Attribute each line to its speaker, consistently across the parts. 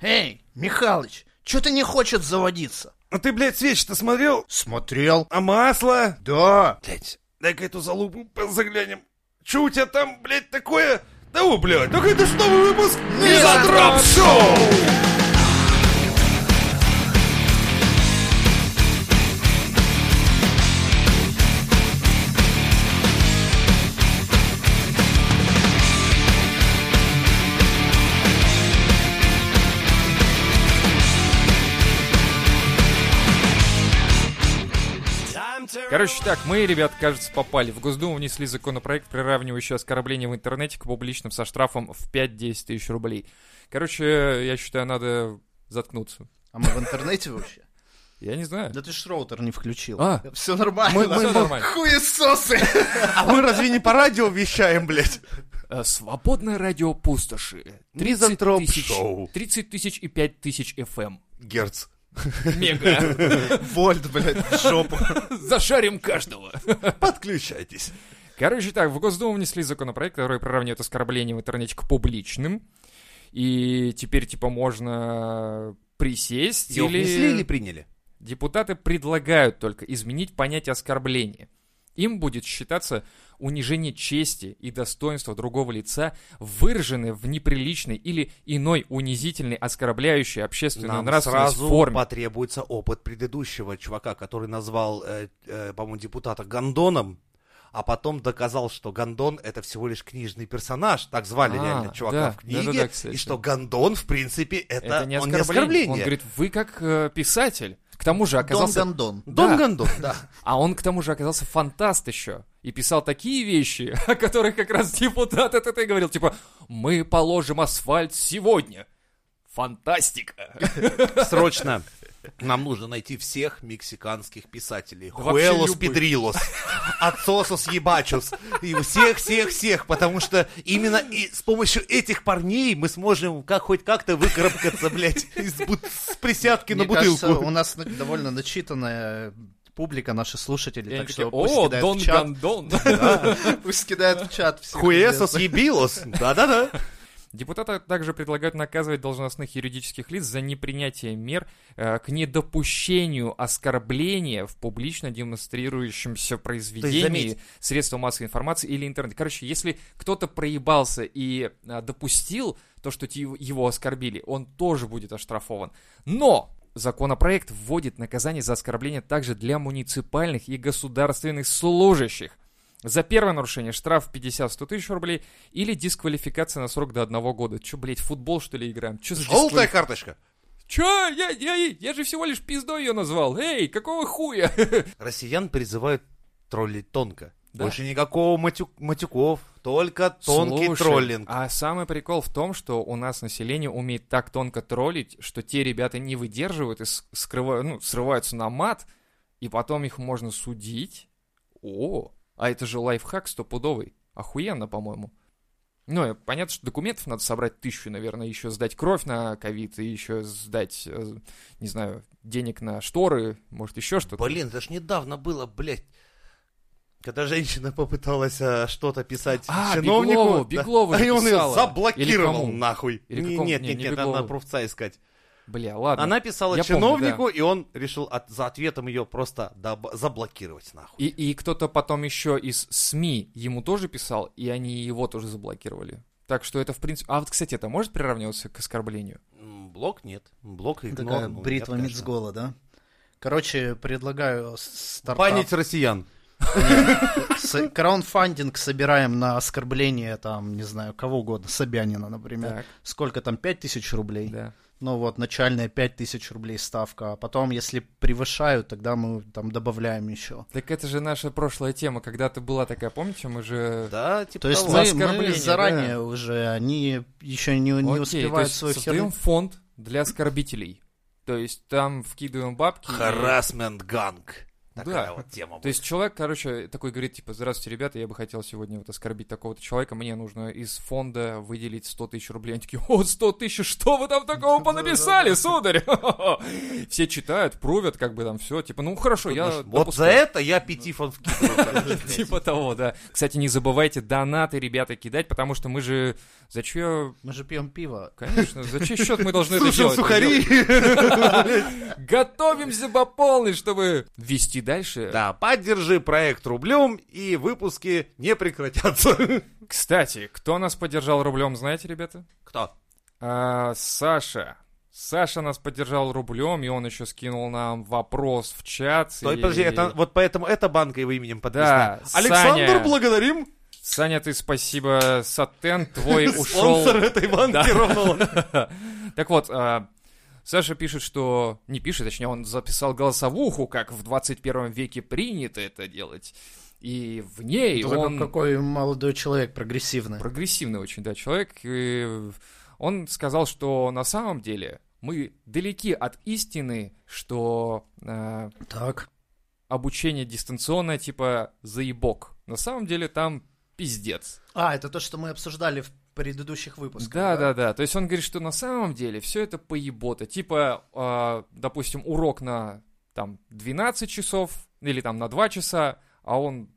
Speaker 1: Эй, Михалыч, что-то не хочет заводиться.
Speaker 2: А ты, блядь, свечи-то смотрел?
Speaker 1: Смотрел.
Speaker 2: А масло?
Speaker 1: Да.
Speaker 2: Блядь, дай-ка эту залупу заглянем. Чё у тебя там, блядь, такое? Да о, блядь, так это ж новый выпуск Мизантроп Шоу!
Speaker 3: Короче, так, мы, ребят, кажется, попали. В Госдуму внесли законопроект, приравнивающий оскорбление в интернете к публичным со штрафом в 5-10 тысяч рублей. Короче, я считаю, надо заткнуться.
Speaker 1: А мы в интернете вообще?
Speaker 3: Я не знаю.
Speaker 1: Да ты ж роутер не включил.
Speaker 3: А.
Speaker 1: Все нормально.
Speaker 3: Мы- мы- Всё нормально.
Speaker 1: Хуесосы.
Speaker 4: А мы разве не по радио вещаем, блядь?
Speaker 3: Э, Свободное радио пустоши. 30
Speaker 4: Мизантроп
Speaker 3: тысяч,
Speaker 4: шоу.
Speaker 3: 30 тысяч и 5 тысяч эм. FM.
Speaker 4: Герц.
Speaker 3: Мега.
Speaker 1: Вольт, блядь, в жопу.
Speaker 3: Зашарим каждого.
Speaker 4: Подключайтесь.
Speaker 3: Короче, так, в Госдуму внесли законопроект, который приравнивает оскорбление в интернете к публичным. И теперь, типа, можно присесть
Speaker 4: Его
Speaker 3: или...
Speaker 4: внесли или приняли?
Speaker 3: Депутаты предлагают только изменить понятие оскорбления. Им будет считаться унижение чести и достоинства другого лица, выраженное в неприличной или иной унизительной, оскорбляющей общественную
Speaker 4: Нам
Speaker 3: нравственность
Speaker 4: сразу
Speaker 3: форме.
Speaker 4: потребуется опыт предыдущего чувака, который назвал, э, э, по-моему, депутата Гондоном, а потом доказал, что Гондон — это всего лишь книжный персонаж, так звали
Speaker 3: А,
Speaker 4: реально чувака
Speaker 3: да,
Speaker 4: в книге,
Speaker 3: да-да-да, кстати.
Speaker 4: и что Гондон, в принципе, это,
Speaker 3: Это не
Speaker 4: он
Speaker 3: оскорбление. Он говорит, вы как э, писатель. К тому же
Speaker 1: Дон
Speaker 3: оказался...
Speaker 1: Гондон.
Speaker 4: Дон
Speaker 3: Да.
Speaker 4: Гондон, да.
Speaker 3: А он к тому же оказался фантаст еще. И писал такие вещи, о которых как раз депутат это ты говорил. Типа, мы положим асфальт сегодня. Фантастика.
Speaker 4: Срочно. Нам нужно найти всех мексиканских писателей.
Speaker 3: вообще
Speaker 4: Хуэлос
Speaker 3: любых.
Speaker 4: Педрилос, Отсосос Ебачус. И всех, всех, всех. Потому что именно и с помощью этих парней мы сможем как, хоть как-то выкарабкаться, блядь, из бут- с присядки на
Speaker 1: Мне кажется, у
Speaker 4: бутылку.
Speaker 1: нас на- довольно начитанная публика, наши слушатели.
Speaker 3: И они
Speaker 1: Так
Speaker 3: такие,
Speaker 1: что
Speaker 3: О,
Speaker 1: пусть кидают
Speaker 3: Дон
Speaker 1: в чат.
Speaker 3: Гандон.
Speaker 1: Пусть кидают в чат все.
Speaker 4: Хуэсос Ебилос. Да-да-да.
Speaker 3: Депутаты также предлагают наказывать должностных юридических лиц за непринятие мер э, к недопущению оскорбления в публично демонстрирующемся произведении
Speaker 4: заметь-
Speaker 3: средства массовой информации или интернет. Короче, если кто-то проебался и э, допустил то, что те- его оскорбили, он тоже будет оштрафован. Но законопроект вводит наказание за оскорбление также для муниципальных и государственных служащих. За первое нарушение штраф 50-100 тысяч рублей или дисквалификация на срок до одного года. Че, блядь, в футбол, что ли, играем? Че за
Speaker 4: Желтая
Speaker 3: дисквалификация?
Speaker 4: карточка.
Speaker 3: Че? Я, я, я же всего лишь пиздой ее назвал. Эй, какого хуя?
Speaker 4: Россиян призывают троллить тонко.
Speaker 3: Да.
Speaker 4: Больше никакого матю- матюков, только тонкий
Speaker 3: Слушай,
Speaker 4: троллинг.
Speaker 3: А самый прикол в том, что у нас население умеет так тонко троллить, что те ребята не выдерживают и с- скрыва- ну, срываются на мат, и потом их можно судить. О, а это же лайфхак стопудовый. Охуенно, по-моему. Ну, и понятно, что документов надо собрать тысячу, наверное, еще сдать кровь на ковид, и еще сдать, э, не знаю, денег на шторы, может, еще что-то.
Speaker 4: Блин, это ж недавно было, блядь. Когда женщина попыталась а, что-то писать
Speaker 3: А,
Speaker 4: чиновнику,
Speaker 3: Беглову,
Speaker 4: да,
Speaker 3: Беглову же
Speaker 4: и он ее
Speaker 3: писала. Или
Speaker 4: заблокировал
Speaker 3: кому?
Speaker 4: нахуй.
Speaker 3: Или
Speaker 4: Не-
Speaker 3: какому?
Speaker 4: нет,
Speaker 3: Не,
Speaker 4: нет,
Speaker 3: не
Speaker 4: нет,
Speaker 3: Беглову.
Speaker 4: надо провца искать.
Speaker 3: Бля, ладно.
Speaker 4: Она писала
Speaker 3: Я помню,
Speaker 4: чиновнику, и он решил от- за ответом ее просто доб- заблокировать нахуй.
Speaker 3: И, и кто-то потом еще из СМИ ему тоже писал, и они его тоже заблокировали. Так что это, в принципе... А вот, кстати, это может приравниваться к оскорблению?
Speaker 4: М, Блок нет, блок игнор.
Speaker 1: Такая
Speaker 4: ну,
Speaker 1: бритва
Speaker 4: нет, конечно.
Speaker 1: Мицгола, да? Короче, предлагаю с- стартап.
Speaker 4: Банить россиян.
Speaker 1: С- Краунфандинг собираем на оскорбление, там, не знаю, кого угодно, Собянина, например.
Speaker 3: Так.
Speaker 1: Сколько там, пять тысяч рублей?
Speaker 3: Да.
Speaker 1: Ну вот, начальная пять тысяч рублей ставка, а потом, если превышают, тогда мы там добавляем еще.
Speaker 3: Так это же наша прошлая тема, когда ты была такая, помните, мы же...
Speaker 4: Да, типа
Speaker 1: То есть
Speaker 4: того.
Speaker 3: За
Speaker 1: мы, мы
Speaker 3: Ну, оскорбление,
Speaker 1: заранее
Speaker 3: да.
Speaker 1: уже, они еще не, не
Speaker 3: Окей, то
Speaker 1: успевают
Speaker 3: есть
Speaker 1: свою
Speaker 3: создаем
Speaker 1: херню.
Speaker 3: фонд для оскорбителей. То есть там вкидываем бабки. и-
Speaker 4: Харасмент ганг. Такая
Speaker 3: Да.
Speaker 4: вот тема.
Speaker 3: То есть человек, короче, такой говорит, типа, здравствуйте, ребята, я бы хотел сегодня вот оскорбить такого-то человека, мне нужно из фонда выделить 100 тысяч рублей. Они такие, о, 100 тысяч, что вы там такого понаписали, сударь? Все читают, провят, как бы там все, типа, ну хорошо,
Speaker 4: Тут
Speaker 3: я
Speaker 4: наш- вот за
Speaker 3: допускаю».
Speaker 4: это я петифон вкидываю. короче, блядь.
Speaker 3: Типа того, да. Кстати, не забывайте донаты, ребята, кидать, потому что мы же... Зачем...
Speaker 1: Мы же пьем пиво.
Speaker 3: Конечно, за чей счет мы должны ну, это
Speaker 4: Слушаем
Speaker 3: делать?
Speaker 4: сухари.
Speaker 3: Готовимся по полной, чтобы вести дальше.
Speaker 4: Да, поддержи проект рублем, и выпуски не прекратятся.
Speaker 3: Кстати, кто нас поддержал рублем, знаете, ребята?
Speaker 4: Кто?
Speaker 3: А, Саша. Саша нас поддержал рублем, и он еще скинул нам вопрос в чат.
Speaker 4: Стой,
Speaker 3: и-
Speaker 4: подожди, это, вот поэтому эта банка его именем подписана.
Speaker 3: Да,
Speaker 4: Александр,
Speaker 3: Саня.
Speaker 4: благодарим.
Speaker 3: Саня, ты спасибо, Сатен, твой ушел.
Speaker 4: Спонсор этой банки
Speaker 3: Да.
Speaker 4: ровно он.
Speaker 3: Так вот, а, Саша пишет, что... Не пишет, точнее, он записал голосовуху, как в 21 веке принято это делать. И в ней
Speaker 1: Только
Speaker 3: он...
Speaker 1: Какой молодой человек, прогрессивный.
Speaker 3: Прогрессивный очень, да, человек. И он сказал, что на самом деле мы далеки от истины, что э,
Speaker 1: Так.
Speaker 3: обучение дистанционное типа заебок. На самом деле там пиздец.
Speaker 1: А, это то, что мы обсуждали в предыдущих выпусках.
Speaker 3: Да, да, да. То есть он говорит, что на самом деле все это поебота. Типа, а, допустим, урок на там 12 часов или там на 2 часа, а он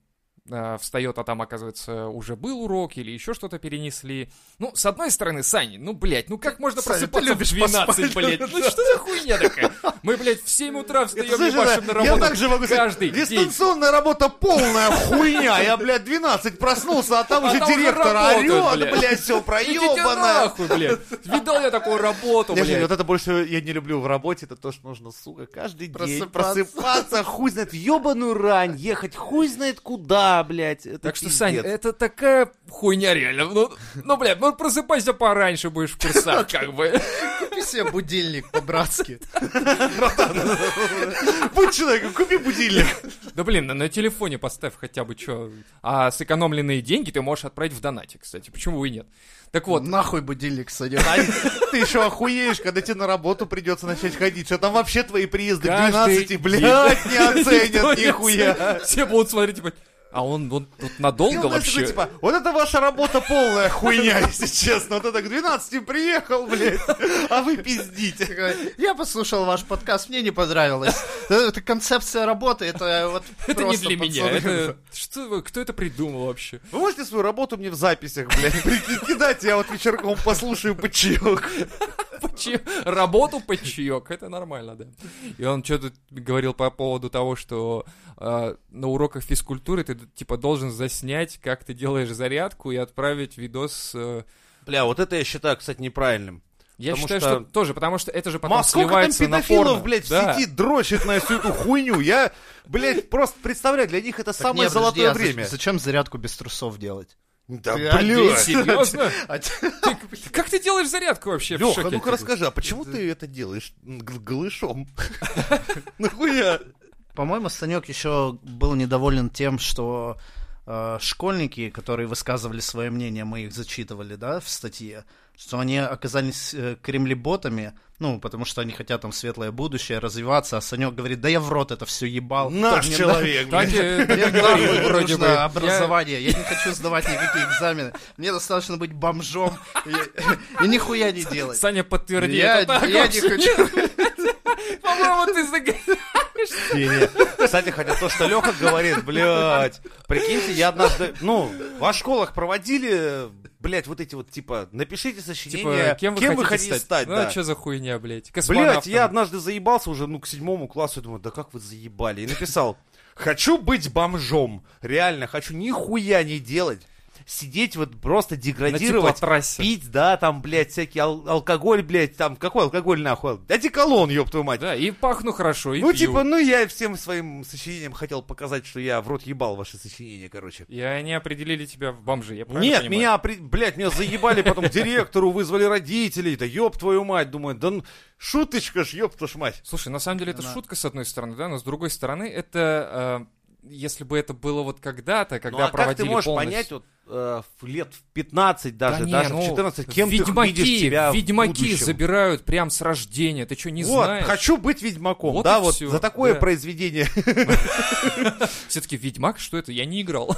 Speaker 3: а, встает, а там, оказывается, уже был урок или еще что-то перенесли. Ну, с одной стороны, Сань, ну, блядь, ну как можно
Speaker 1: Сань, ты
Speaker 3: просыпаться в
Speaker 1: любишь
Speaker 3: 12,
Speaker 1: поспать,
Speaker 3: блядь? Ну что за хуйня такая? Мы, блядь, в 7 утра
Speaker 4: Это,
Speaker 3: встаем
Speaker 4: слушай,
Speaker 3: ебашим на
Speaker 4: да, я
Speaker 3: работу
Speaker 4: также могу
Speaker 3: каждый
Speaker 4: сказать,
Speaker 3: день.
Speaker 4: дистанционная работа полная хуйня. Я, блядь, 12 проснулся, а там
Speaker 3: А
Speaker 4: уже
Speaker 3: там уже
Speaker 4: директор
Speaker 3: работают,
Speaker 4: орет,
Speaker 3: блядь.
Speaker 4: блядь, все
Speaker 3: Идите
Speaker 4: проебано.
Speaker 3: нахуй, блядь. Видал я такую работу,
Speaker 4: Я же-
Speaker 3: блядь.
Speaker 4: вот это больше я не люблю в работе, это то, что нужно, сука, каждый день
Speaker 1: Просыпаться.
Speaker 4: просыпаться, хуй знает, ебаную рань, ехать хуй знает куда, блядь. Это
Speaker 3: Так что,
Speaker 4: пиздец.
Speaker 3: Саня, это такая хуйня реально. Ну, ну блядь, ну просыпайся пораньше, будешь в курсах, как бы.
Speaker 1: Купи себе будильник по-братски.
Speaker 4: Будь человеком, купи будильник.
Speaker 3: Да блин, на, на телефоне поставь хотя бы что. А сэкономленные деньги ты можешь отправить в донате, кстати. Почему и нет? Так вот,
Speaker 1: Нахуй будильник садил.
Speaker 4: Ань, А ты еще охуеешь, когда тебе на работу придется начать ходить. Что там вообще твои приезды к
Speaker 3: Каждый
Speaker 4: 12, блядь, не
Speaker 3: никто
Speaker 4: оценят
Speaker 3: не
Speaker 4: Ну, нихуя.
Speaker 3: оценит. Все будут смотреть, типа, а он, он тут
Speaker 4: И
Speaker 3: надолго
Speaker 4: он, знаешь, такой,
Speaker 3: вообще?
Speaker 4: типа, вот это ваша работа полная хуйня, если честно. Вот это к 12 приехал, блядь, а вы пиздите.
Speaker 1: Такой, Я послушал ваш подкаст, мне не понравилось. Это концепция работы, это вот
Speaker 3: Это не
Speaker 1: просто
Speaker 3: для меня.
Speaker 1: пацаны.
Speaker 3: Это... Что, вы- кто это придумал вообще?
Speaker 4: Вы можете свою работу мне в записях, блядь, прикинь, кидать, я вот вечерком послушаю бычок.
Speaker 3: Почи- Работу под чаек, это нормально, да. И он что-то говорил по поводу того, что э, на уроках физкультуры ты типа должен заснять, как ты делаешь зарядку и отправить видос. э.
Speaker 4: Бля, вот это я считаю, кстати, неправильным.
Speaker 3: Я
Speaker 4: Потому
Speaker 3: считаю,
Speaker 4: что-
Speaker 3: что... тоже, потому что это же потом
Speaker 4: Ма, сколько там
Speaker 3: сливается на порно.
Speaker 4: педофилов, блядь,
Speaker 3: Да.
Speaker 4: в сети дрочит на всю эту хуйню. Я, блядь, просто представляю, для них это
Speaker 1: Так, не,
Speaker 4: самое
Speaker 1: подожди,
Speaker 4: золотое
Speaker 1: а за-
Speaker 4: время.
Speaker 1: Зачем зарядку без трусов делать?
Speaker 4: Да,
Speaker 1: Ты
Speaker 4: блядь.
Speaker 3: Серьезно?
Speaker 1: А те-
Speaker 3: Как ты делаешь зарядку вообще? В шоке
Speaker 4: Леха,
Speaker 3: от
Speaker 4: ну-ка
Speaker 3: этого.
Speaker 4: расскажи, а почему ты это делаешь м, г- голышом? Нахуя?
Speaker 1: По-моему, Санек еще был недоволен тем, что э, школьники, которые высказывали свое мнение, мы их зачитывали, да, в статье, что они оказались э, кремлеботами, ну, потому что они хотят там светлое будущее, развиваться, а Санек говорит, да я в рот это все ебал.
Speaker 4: Наш
Speaker 1: Мне
Speaker 4: человек,
Speaker 3: Так,
Speaker 4: блядь.
Speaker 3: э,
Speaker 1: Мне нахуй
Speaker 3: вроде
Speaker 1: нужно
Speaker 3: бы. Я-
Speaker 1: образование. Я... не хочу сдавать никакие экзамены. Мне достаточно быть бомжом и, и нихуя не делать.
Speaker 3: Саня, подтверди.
Speaker 1: Я-
Speaker 3: это так
Speaker 1: я не
Speaker 3: вообще.
Speaker 1: хочу.
Speaker 3: По-моему, ты загоняешь.
Speaker 4: Кстати, хотя то, что Леха говорит, блядь, прикиньте, я однажды, ну, в школах проводили, блядь, вот эти вот, типа, напишите сочинение,
Speaker 3: Типа, кем вы хотите
Speaker 4: хотите
Speaker 3: стать?
Speaker 4: стать,
Speaker 3: Ну,
Speaker 4: да.
Speaker 3: что за хуйня, блядь?
Speaker 4: Блять,
Speaker 3: Космонавтом.
Speaker 4: я однажды заебался уже, ну, к седьмому классу, я думаю, да как вы заебали. И написал, хочу быть бомжом. Реально, хочу нихуя не делать. Сидеть вот просто
Speaker 3: типа
Speaker 4: деградировать.
Speaker 3: теплотрассе.
Speaker 4: пить, да, там, блядь, всякий ал- алкоголь, блядь, там, какой алкоголь нахуй? Одеколон, ёб твою мать.
Speaker 3: Да, и пахну хорошо, и
Speaker 4: ну,
Speaker 3: пью.
Speaker 4: типа, ну, я всем своим сочинением хотел показать, что я в рот ебал ваше сочинение, короче.
Speaker 3: И они определили тебя в бомжи, я правильно
Speaker 4: Нет,
Speaker 3: понимаю?
Speaker 4: меня, при- блядь, меня заебали, потом к директору вызвали родителей, да ёб твою мать, думаю, да ну, шуточка ж, ёб твою ж мать.
Speaker 3: Слушай, на самом деле это
Speaker 1: Да.
Speaker 3: шутка с одной стороны, да, но с другой стороны это э, если бы это было вот когда-то, когда
Speaker 4: ну, а как
Speaker 3: проводили
Speaker 4: ты можешь
Speaker 3: полностью-
Speaker 4: понять, вот, э, в лет в 15 даже,
Speaker 3: Да не,
Speaker 4: даже в
Speaker 3: ну,
Speaker 4: 14, кем
Speaker 3: ведьмаки,
Speaker 4: ты видишь себя
Speaker 3: Ведьмаки
Speaker 4: в будущем?
Speaker 3: забирают прям с рождения, ты что, не
Speaker 4: вот,
Speaker 3: знаешь?
Speaker 4: хочу быть ведьмаком,
Speaker 3: Вот
Speaker 4: да,
Speaker 3: и
Speaker 4: вот
Speaker 3: всё,
Speaker 4: за такое
Speaker 3: да.
Speaker 4: произведение.
Speaker 3: Все-таки Ведьмак, что это? Я не играл.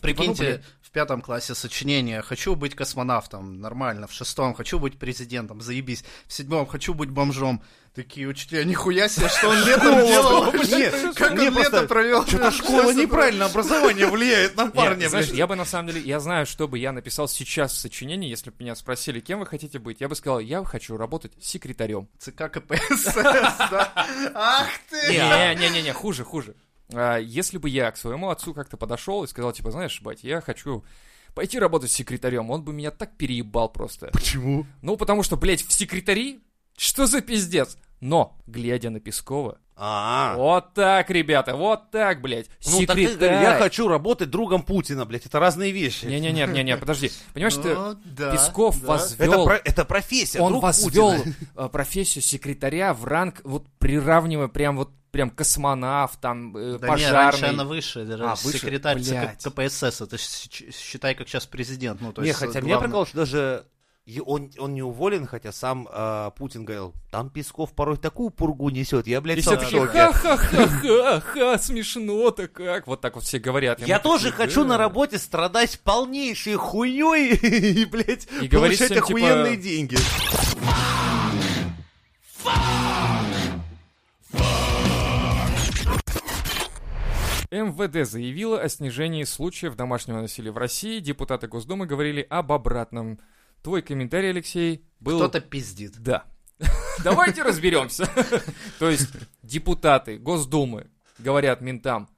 Speaker 1: Прикиньте,
Speaker 3: блин.
Speaker 1: в пятом классе сочинение. Хочу быть космонавтом, нормально. В шестом хочу быть президентом, заебись. В седьмом хочу быть бомжом. Такие учителя, нихуя себе, что он летом делал?
Speaker 4: Нет,
Speaker 1: Как
Speaker 4: мне
Speaker 1: он
Speaker 4: просто-
Speaker 1: лето провел?
Speaker 4: Что-то школа неправильно, образование влияет на
Speaker 3: Нет,
Speaker 4: парня.
Speaker 3: знаешь,
Speaker 4: блядь.
Speaker 3: я бы на самом деле, я знаю, что бы я написал сейчас в сочинении, если бы меня спросили, кем вы хотите быть, я бы сказал, я хочу работать секретарем.
Speaker 1: ЦК КПСС, да. Ах ты!
Speaker 3: Не-не-не, хуже, хуже. А, Если бы я к своему отцу как-то подошел и сказал, типа, знаешь, бать, я хочу пойти работать секретарем, он бы меня так переебал просто.
Speaker 4: Почему?
Speaker 3: Ну, потому что, блядь, в секретари? Что за пиздец? Но, глядя на Пескова,
Speaker 4: А.
Speaker 3: вот так, ребята, вот так, блядь,
Speaker 4: Ну, так ты говоришь, я хочу работать другом Путина, блядь, это разные вещи.
Speaker 3: Не-не-не-не, подожди. Понимаешь, ты
Speaker 1: Ну, да,
Speaker 3: Песков
Speaker 1: да.
Speaker 4: это,
Speaker 3: возвел...
Speaker 4: про- это профессия,
Speaker 3: Он
Speaker 4: друг
Speaker 3: возвел
Speaker 4: Путина.
Speaker 3: э, профессию секретаря в ранг, вот приравнивая прям вот прям космонавт, там, э,
Speaker 1: Да не, раньше
Speaker 3: пожарный.
Speaker 1: она выше, даже
Speaker 3: А, выше?
Speaker 1: секретарь ЦК
Speaker 3: Блядь.
Speaker 1: КПСС, это щ- считай, как сейчас президент. Ну, то
Speaker 4: Не,
Speaker 1: есть,
Speaker 4: хотя
Speaker 3: э,
Speaker 1: главный-
Speaker 4: меня прикол, что даже е- он, он не уволен, хотя сам э, Путин говорил, там Песков порой такую пургу несет, я, блядь,
Speaker 3: И
Speaker 4: сам
Speaker 3: все
Speaker 4: в
Speaker 3: такие,
Speaker 4: шоке».
Speaker 3: ха-ха-ха-ха-ха, смешно-то как. Вот так вот все говорят.
Speaker 4: Я
Speaker 3: Ему
Speaker 4: тоже
Speaker 3: такие,
Speaker 4: хочу
Speaker 3: «Да».
Speaker 4: на работе страдать полнейшей хуйней и, блядь,
Speaker 3: И говорить
Speaker 4: получать
Speaker 3: всем, типа,
Speaker 4: охуенные деньги.
Speaker 3: МВД заявила о снижении случаев домашнего насилия в России. Депутаты Госдумы говорили об обратном. Твой комментарий, Алексей, был...
Speaker 1: Кто-то пиздит.
Speaker 3: Да. Давайте разберемся. То есть депутаты Госдумы говорят ментам,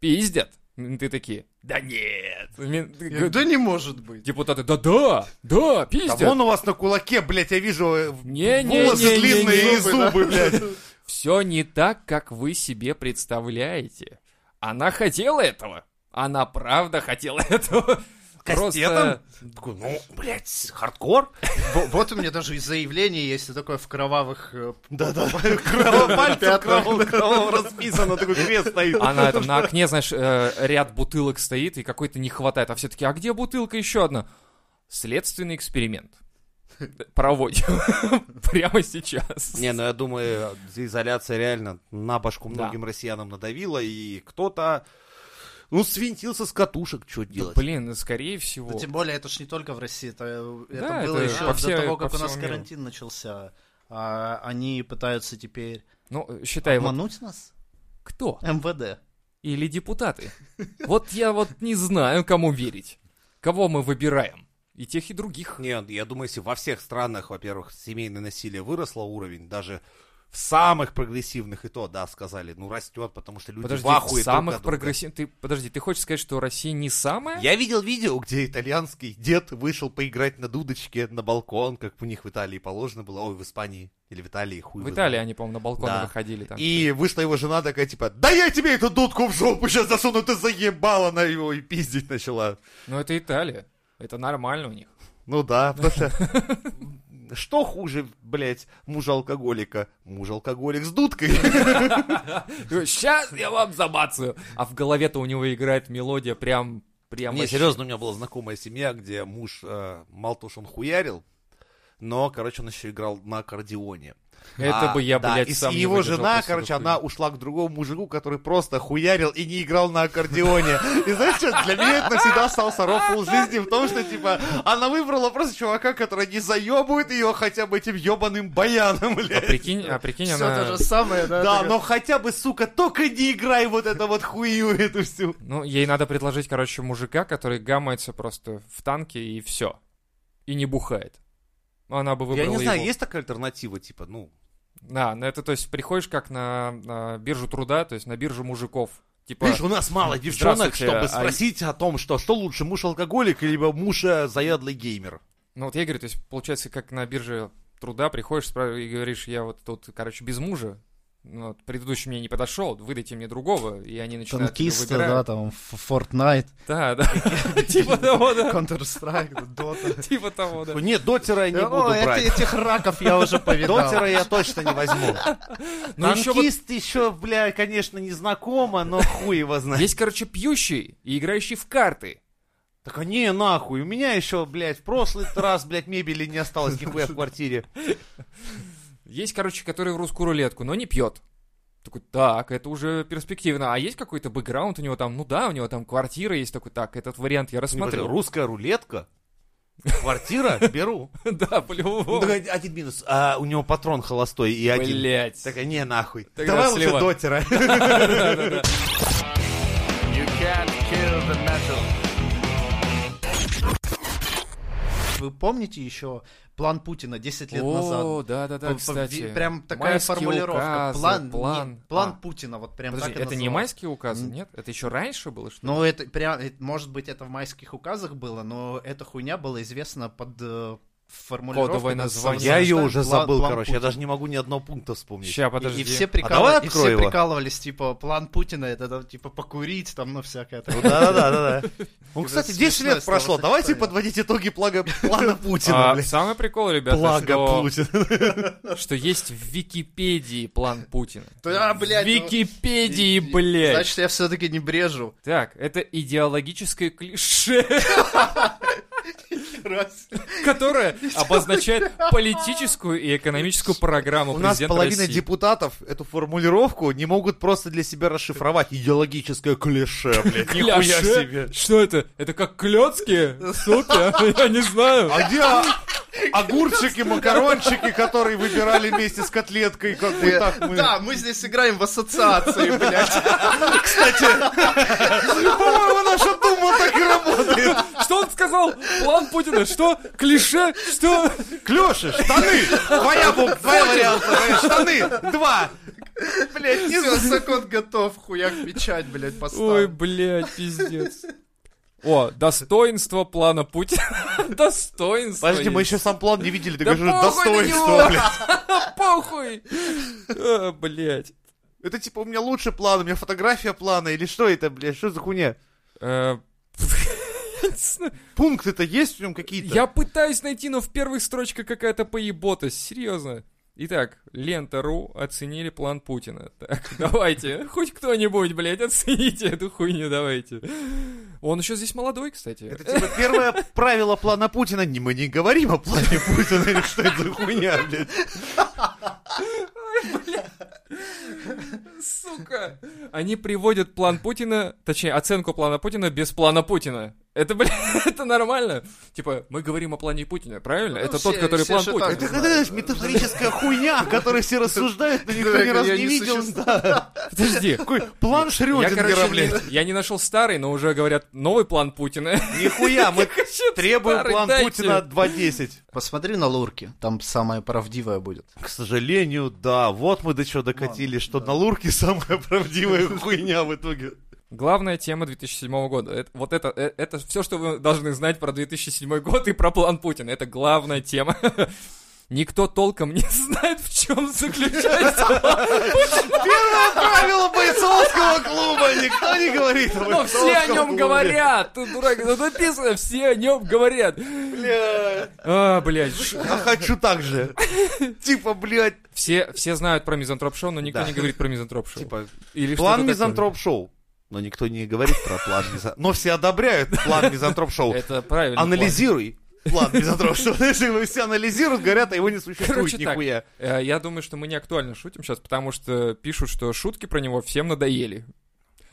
Speaker 3: пиздят. Менты такие, да нет. Мен-
Speaker 1: Да не может быть.
Speaker 3: Депутаты, да-да, да,
Speaker 4: Э, Там
Speaker 3: пиздят.
Speaker 4: он у вас на кулаке, блядь, я вижу э, волосы длинные и
Speaker 3: Не-не-не,
Speaker 4: зубы, блядь.
Speaker 3: все не так, как вы себе представляете. Она хотела этого. Она правда хотела этого.
Speaker 4: Кастетом?
Speaker 3: Просто...
Speaker 4: Такой, Ну, блядь, хардкор.
Speaker 1: Во- Вот у меня даже и заявление есть и такое в кровавых... э,
Speaker 4: Да-да, кровавым пальцем,
Speaker 1: Пятна.
Speaker 4: кровавым кровавым расписано, такой крест стоит.
Speaker 3: А на этом, на окне, знаешь, э, ряд бутылок стоит, и какой-то не хватает. А все таки а где бутылка еще одна? Следственный эксперимент. Проводим. Прямо сейчас.
Speaker 4: Не, ну я думаю, изоляция реально на башку
Speaker 3: Да.
Speaker 4: многим россиянам надавила, и кто-то, ну, свинтился с катушек, что делать.
Speaker 3: Блин, скорее всего.
Speaker 1: Да тем более, это ж не только в России, это, это
Speaker 3: Да,
Speaker 1: было
Speaker 3: это
Speaker 1: еще
Speaker 3: по
Speaker 1: до
Speaker 3: всей-
Speaker 1: того,
Speaker 3: по
Speaker 1: как у нас
Speaker 3: всему миру.
Speaker 1: карантин начался. А они пытаются теперь
Speaker 3: Ну, считай, вот
Speaker 1: обмануть нас?
Speaker 3: кто?
Speaker 1: МВД.
Speaker 3: Или депутаты? Вот я вот не знаю, кому верить. Кого мы выбираем? И тех, и других.
Speaker 4: Нет, я думаю, если во всех странах, во-первых, семейное насилие выросло уровень, даже в самых прогрессивных и то, да, сказали, ну растет, потому что люди
Speaker 3: Подожди,
Speaker 4: в ахуе
Speaker 3: в
Speaker 4: друг
Speaker 3: самых
Speaker 4: от друга.
Speaker 3: прогрессивных... Ты, подожди, ты хочешь сказать, что Россия не самая?
Speaker 4: Я видел видео, где итальянский дед вышел поиграть на дудочке на балкон, как у них в Италии положено было, ой, в Испании или в Italian, хуй
Speaker 3: В
Speaker 4: его
Speaker 3: Италии
Speaker 4: знает.
Speaker 3: они, по-моему, на балкон
Speaker 4: Да.
Speaker 3: выходили там.
Speaker 4: И вышла его жена такая, типа, да я тебе эту дудку в жопу сейчас засуну, ты заебала на его и пиздить начала.
Speaker 3: Но это Италия. Это нормально у них.
Speaker 4: Ну да, потому что... Что хуже, блядь, мужа-алкоголика? Муж-алкоголик с дудкой.
Speaker 3: Сейчас я вам забацаю. А в голове-то у него играет мелодия прям... прям
Speaker 4: Не,
Speaker 3: вообще.
Speaker 4: серьезно, у меня была знакомая семья, где муж, э, мало того, что он хуярил, но, короче, он еще играл на аккордеоне.
Speaker 3: Это
Speaker 4: А,
Speaker 3: бы я,
Speaker 4: да,
Speaker 3: блядь,
Speaker 4: и с-
Speaker 3: сам не
Speaker 4: его
Speaker 3: выдержал
Speaker 4: жена,
Speaker 3: после
Speaker 4: короче,
Speaker 3: такой.
Speaker 4: она ушла к другому мужику, который просто хуярил и не играл на аккордеоне. И знаешь что, для меня это навсегда остался рофл жизни в том, что, типа, она выбрала просто чувака, который не заебывает ее хотя бы этим ебаным баяном,
Speaker 3: А
Speaker 4: блядь.
Speaker 3: прикинь, а прикинь,
Speaker 1: Все
Speaker 3: она...
Speaker 1: то же самое, да?
Speaker 4: Да,
Speaker 1: такое-
Speaker 4: но хотя бы, сука, только не играй вот это вот хую эту всю.
Speaker 3: Ну, ей надо предложить, короче, мужика, который гамается просто в танке и все. И не бухает. Ну, Она бы выбрала
Speaker 4: Я не знаю,
Speaker 3: его.
Speaker 4: есть такая альтернатива, типа, ну,
Speaker 3: Да, ну это то есть приходишь как на, на биржу труда, то есть на биржу мужиков. Типа,
Speaker 4: Видишь, у нас мало девчонок,
Speaker 3: Здравствуйте,
Speaker 4: чтобы
Speaker 3: а-
Speaker 4: спросить о том, что что лучше, муж алкоголик, либо муж э, заядлый геймер.
Speaker 3: ну вот я говорю, то есть получается как на бирже труда приходишь спра- и говоришь, я вот тут, короче, без мужа, ну, вот, предыдущий мне не подошел, выдайте мне другого, и они начинают тебе
Speaker 1: Танкисты, да,
Speaker 3: выбирать.
Speaker 1: там, Ф- Fortnite,
Speaker 3: да, да, типа того, да,
Speaker 1: Counter-Strike, Dota.
Speaker 3: типа того, да. Э,
Speaker 4: Нет, дотера я не
Speaker 1: О,
Speaker 4: буду
Speaker 1: эти-
Speaker 4: брать.
Speaker 1: Этих раков я уже повидал.
Speaker 4: Дотера я точно не возьму.
Speaker 3: Ну, еще вот
Speaker 4: Танкист еще, бля, конечно, не знакомо, но хуй его знает.
Speaker 3: есть, короче, пьющий и играющий в карты.
Speaker 4: Так а не, нахуй, у меня еще, блядь, в прошлый раз, блядь, мебели не осталось нихуя в квартире.
Speaker 3: Есть, короче, который в русскую рулетку, но не пьет. Такой, так, это уже перспективно. А есть какой-то бэкграунд у него там? Ну да, у него там квартира есть. Такой, так, этот вариант я
Speaker 4: Смотри,
Speaker 3: рассмотрел.
Speaker 4: русская рулетка, квартира, беру.
Speaker 3: Да,
Speaker 4: Ну,
Speaker 3: по-любому.
Speaker 4: так Один минус, а у него патрон холостой и один.
Speaker 3: Блять.
Speaker 4: Так а не, нахуй.
Speaker 3: Тогда
Speaker 4: Давай лучше
Speaker 3: слева.
Speaker 4: дотера.
Speaker 1: Вы помните еще план Путина 10 лет назад?
Speaker 3: О, да, да,
Speaker 1: П-
Speaker 3: да,
Speaker 1: п-
Speaker 3: кстати.
Speaker 1: ви- Прям такая
Speaker 3: Майские
Speaker 1: формулировка.
Speaker 3: указы,
Speaker 1: План,
Speaker 3: план.
Speaker 1: не, план
Speaker 3: А.
Speaker 1: Путина, вот прям
Speaker 3: Подожди,
Speaker 1: так и
Speaker 3: это не
Speaker 1: называлось.
Speaker 3: майские указы,
Speaker 1: М.
Speaker 3: нет? Это еще раньше было, что ли?
Speaker 1: Ну, это прям, э, может быть, это в майских указах было, но эта хуйня была известна под э, формулировкой.
Speaker 3: Кодовое
Speaker 1: на самом
Speaker 3: название.
Speaker 1: деле,
Speaker 4: Я ее
Speaker 1: что
Speaker 4: уже
Speaker 1: план-
Speaker 4: забыл,
Speaker 1: план
Speaker 4: короче, я
Speaker 1: Путина.
Speaker 4: даже не могу ни одного пункта вспомнить.
Speaker 3: Ща,
Speaker 1: И,
Speaker 3: подожди. А
Speaker 1: и все,
Speaker 4: давай
Speaker 1: прикалывались, и все
Speaker 4: открою его.
Speaker 1: прикалывались, типа, план Путина, это, там, типа, покурить, там, ну, всякое такое.
Speaker 4: Да-да-да. Ну,
Speaker 1: Уже
Speaker 4: кстати,
Speaker 1: смешно
Speaker 4: 10 лет
Speaker 1: стало
Speaker 4: прошло,
Speaker 1: сочетание.
Speaker 4: давайте подводить итоги плага- плана Путина,
Speaker 3: А,
Speaker 4: блядь.
Speaker 3: самый прикол, ребята,
Speaker 4: Плага
Speaker 3: что,
Speaker 4: Путина.
Speaker 3: что есть в Википедии план Путина.
Speaker 1: Да, блядь,
Speaker 3: В
Speaker 1: ну,
Speaker 3: Википедии,
Speaker 1: и- и-
Speaker 3: блядь.
Speaker 1: Значит, я все-таки не брежу.
Speaker 3: Так, это идеологическое клише.
Speaker 1: Раз.
Speaker 3: которая обозначает политическую и экономическую программу
Speaker 4: У нас
Speaker 3: президента
Speaker 4: половина
Speaker 3: ну, России.
Speaker 4: депутатов эту формулировку не могут просто для себя расшифровать. Идеологическое клише, блядь. Нихуя
Speaker 3: Кляше?
Speaker 4: себе.
Speaker 3: Что это? Это как клёцкие? Сука, я не знаю.
Speaker 4: А где о- огурчики, макарончики, которые выбирали вместе с котлеткой? Как бы так мы...
Speaker 1: Да, мы здесь играем в ассоциации, блядь.
Speaker 4: Ну, По-моему, наша дума так и работает.
Speaker 3: Что он сказал? План Путина? Что? Клише? Что?
Speaker 4: Клёши, штаны. Твоя буква, твоя вариация. Штаны, два.
Speaker 1: Блядь, все, закон готов, хуяк печать, блядь,
Speaker 3: Ой,
Speaker 1: поставь.
Speaker 3: блядь, пиздец. О, достоинство плана Путина. Достоинство.
Speaker 4: Подожди, мы
Speaker 3: есть.
Speaker 4: еще сам план не видели. Ты
Speaker 3: Да
Speaker 4: говоришь,
Speaker 3: похуй на
Speaker 4: достоинство,
Speaker 3: него.
Speaker 4: блядь.
Speaker 3: Похуй. А, Блядь.
Speaker 4: Это типа у меня лучший план, у меня фотография плана или что это, блядь, что за хуйня?
Speaker 3: Э, я не знаю.
Speaker 4: Пункты-то есть в нем какие-то?
Speaker 3: Я пытаюсь найти, но в первых строчках какая-то поебота, серьезно. Итак, лента.ру оценили план Путина. Так, давайте, хоть кто-нибудь, блядь, оцените эту хуйню, давайте. Он еще здесь молодой, кстати.
Speaker 4: Это типа первое правило плана Путина. Не, мы не говорим о плане Путина или что это за хуйня, блядь.
Speaker 3: Сука! Они приводят план Путина, точнее, оценку плана Путина без плана Путина. Это, блядь, это нормально. Типа, мы говорим о плане Путина, правильно?
Speaker 1: Ну,
Speaker 3: это
Speaker 1: все-
Speaker 3: тот, который
Speaker 1: все
Speaker 3: план
Speaker 1: же
Speaker 3: Путина.
Speaker 1: так.
Speaker 4: Это какая-то метафорическая хуйня, о которой все рассуждают, но никто
Speaker 1: Да,
Speaker 4: ни разу
Speaker 1: я
Speaker 4: не
Speaker 1: не
Speaker 4: видел.
Speaker 1: существую.
Speaker 4: да.
Speaker 3: Подожди.
Speaker 4: Такой план
Speaker 3: Я,
Speaker 4: Шрёдингера,
Speaker 3: короче,
Speaker 4: блядь.
Speaker 3: не, я не нашел старый, но уже говорят, новый план Путина.
Speaker 4: Нихуя, мы
Speaker 3: Вообще
Speaker 4: требуем
Speaker 3: старый,
Speaker 4: план
Speaker 3: дайте.
Speaker 4: Путина 2.10.
Speaker 1: Посмотри на лурки, там самое правдивое будет.
Speaker 4: К сожалению, да, вот мы до чего докатились, что на Лурке самая правдивая хуйня в итоге.
Speaker 3: Главная тема 2007 года. Это- вот это, э, это все, что вы должны знать про 2007 год и про план Путина. Это главная тема. Никто толком не знает, в чем заключается.
Speaker 4: Первое правило бойцовского клуба, никто не говорит о
Speaker 3: Но Ну, все о
Speaker 4: бойцовском
Speaker 3: нем
Speaker 4: клубе.
Speaker 3: говорят. Тут, дурак, тут написано, все о нем говорят.
Speaker 4: Бля,
Speaker 3: А, блядь. ш-
Speaker 4: Я хочу так же. Типа, блядь,
Speaker 3: Все, все знают про мизантроп-шоу, но никто
Speaker 4: Да.
Speaker 3: не говорит про мизантроп-шоу.
Speaker 4: типа,
Speaker 3: Или
Speaker 4: План
Speaker 3: что-то такое.
Speaker 4: мизантроп-шоу. Но никто не говорит про план мизантроп Но все одобряют план мизантроп-шоу.
Speaker 3: Это правильно.
Speaker 4: Анализируй план мизантроп-шоу. Знаешь, его все анализируют, говорят, а его не существует
Speaker 3: Короче, так.
Speaker 4: нихуя.
Speaker 3: Э, Я думаю, что мы не актуально шутим сейчас, потому что пишут, что шутки про него всем надоели.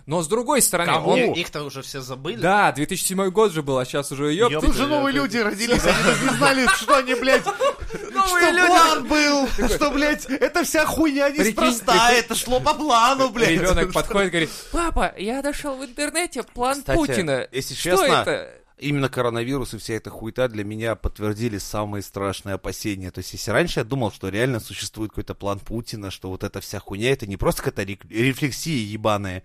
Speaker 3: Но с другой стороны,
Speaker 4: Кому?
Speaker 3: он-
Speaker 4: О.
Speaker 1: И- Их-то уже все забыли.
Speaker 3: Да, 2007 год же был, а сейчас уже ёпты.
Speaker 1: Ёпты.
Speaker 4: Тут же ну, новые люди родились, они даже не знали, что они, блядь, что
Speaker 3: люди.
Speaker 4: план был, что, блядь, это вся хуйня неспроста,
Speaker 3: прикинь.
Speaker 4: это шло по плану, блядь.
Speaker 3: Ребенок подходит и говорит, папа, я нашел в интернете план
Speaker 4: Кстати,
Speaker 3: Путина.
Speaker 4: если
Speaker 3: Что
Speaker 4: честно,
Speaker 3: это?
Speaker 4: именно коронавирус и вся эта хуета для меня подтвердили самые страшные опасения. То есть, если раньше я думал, что реально существует какой-то план Путина, что вот эта вся хуйня, это не просто какая-то рек- рефлексия ебаная,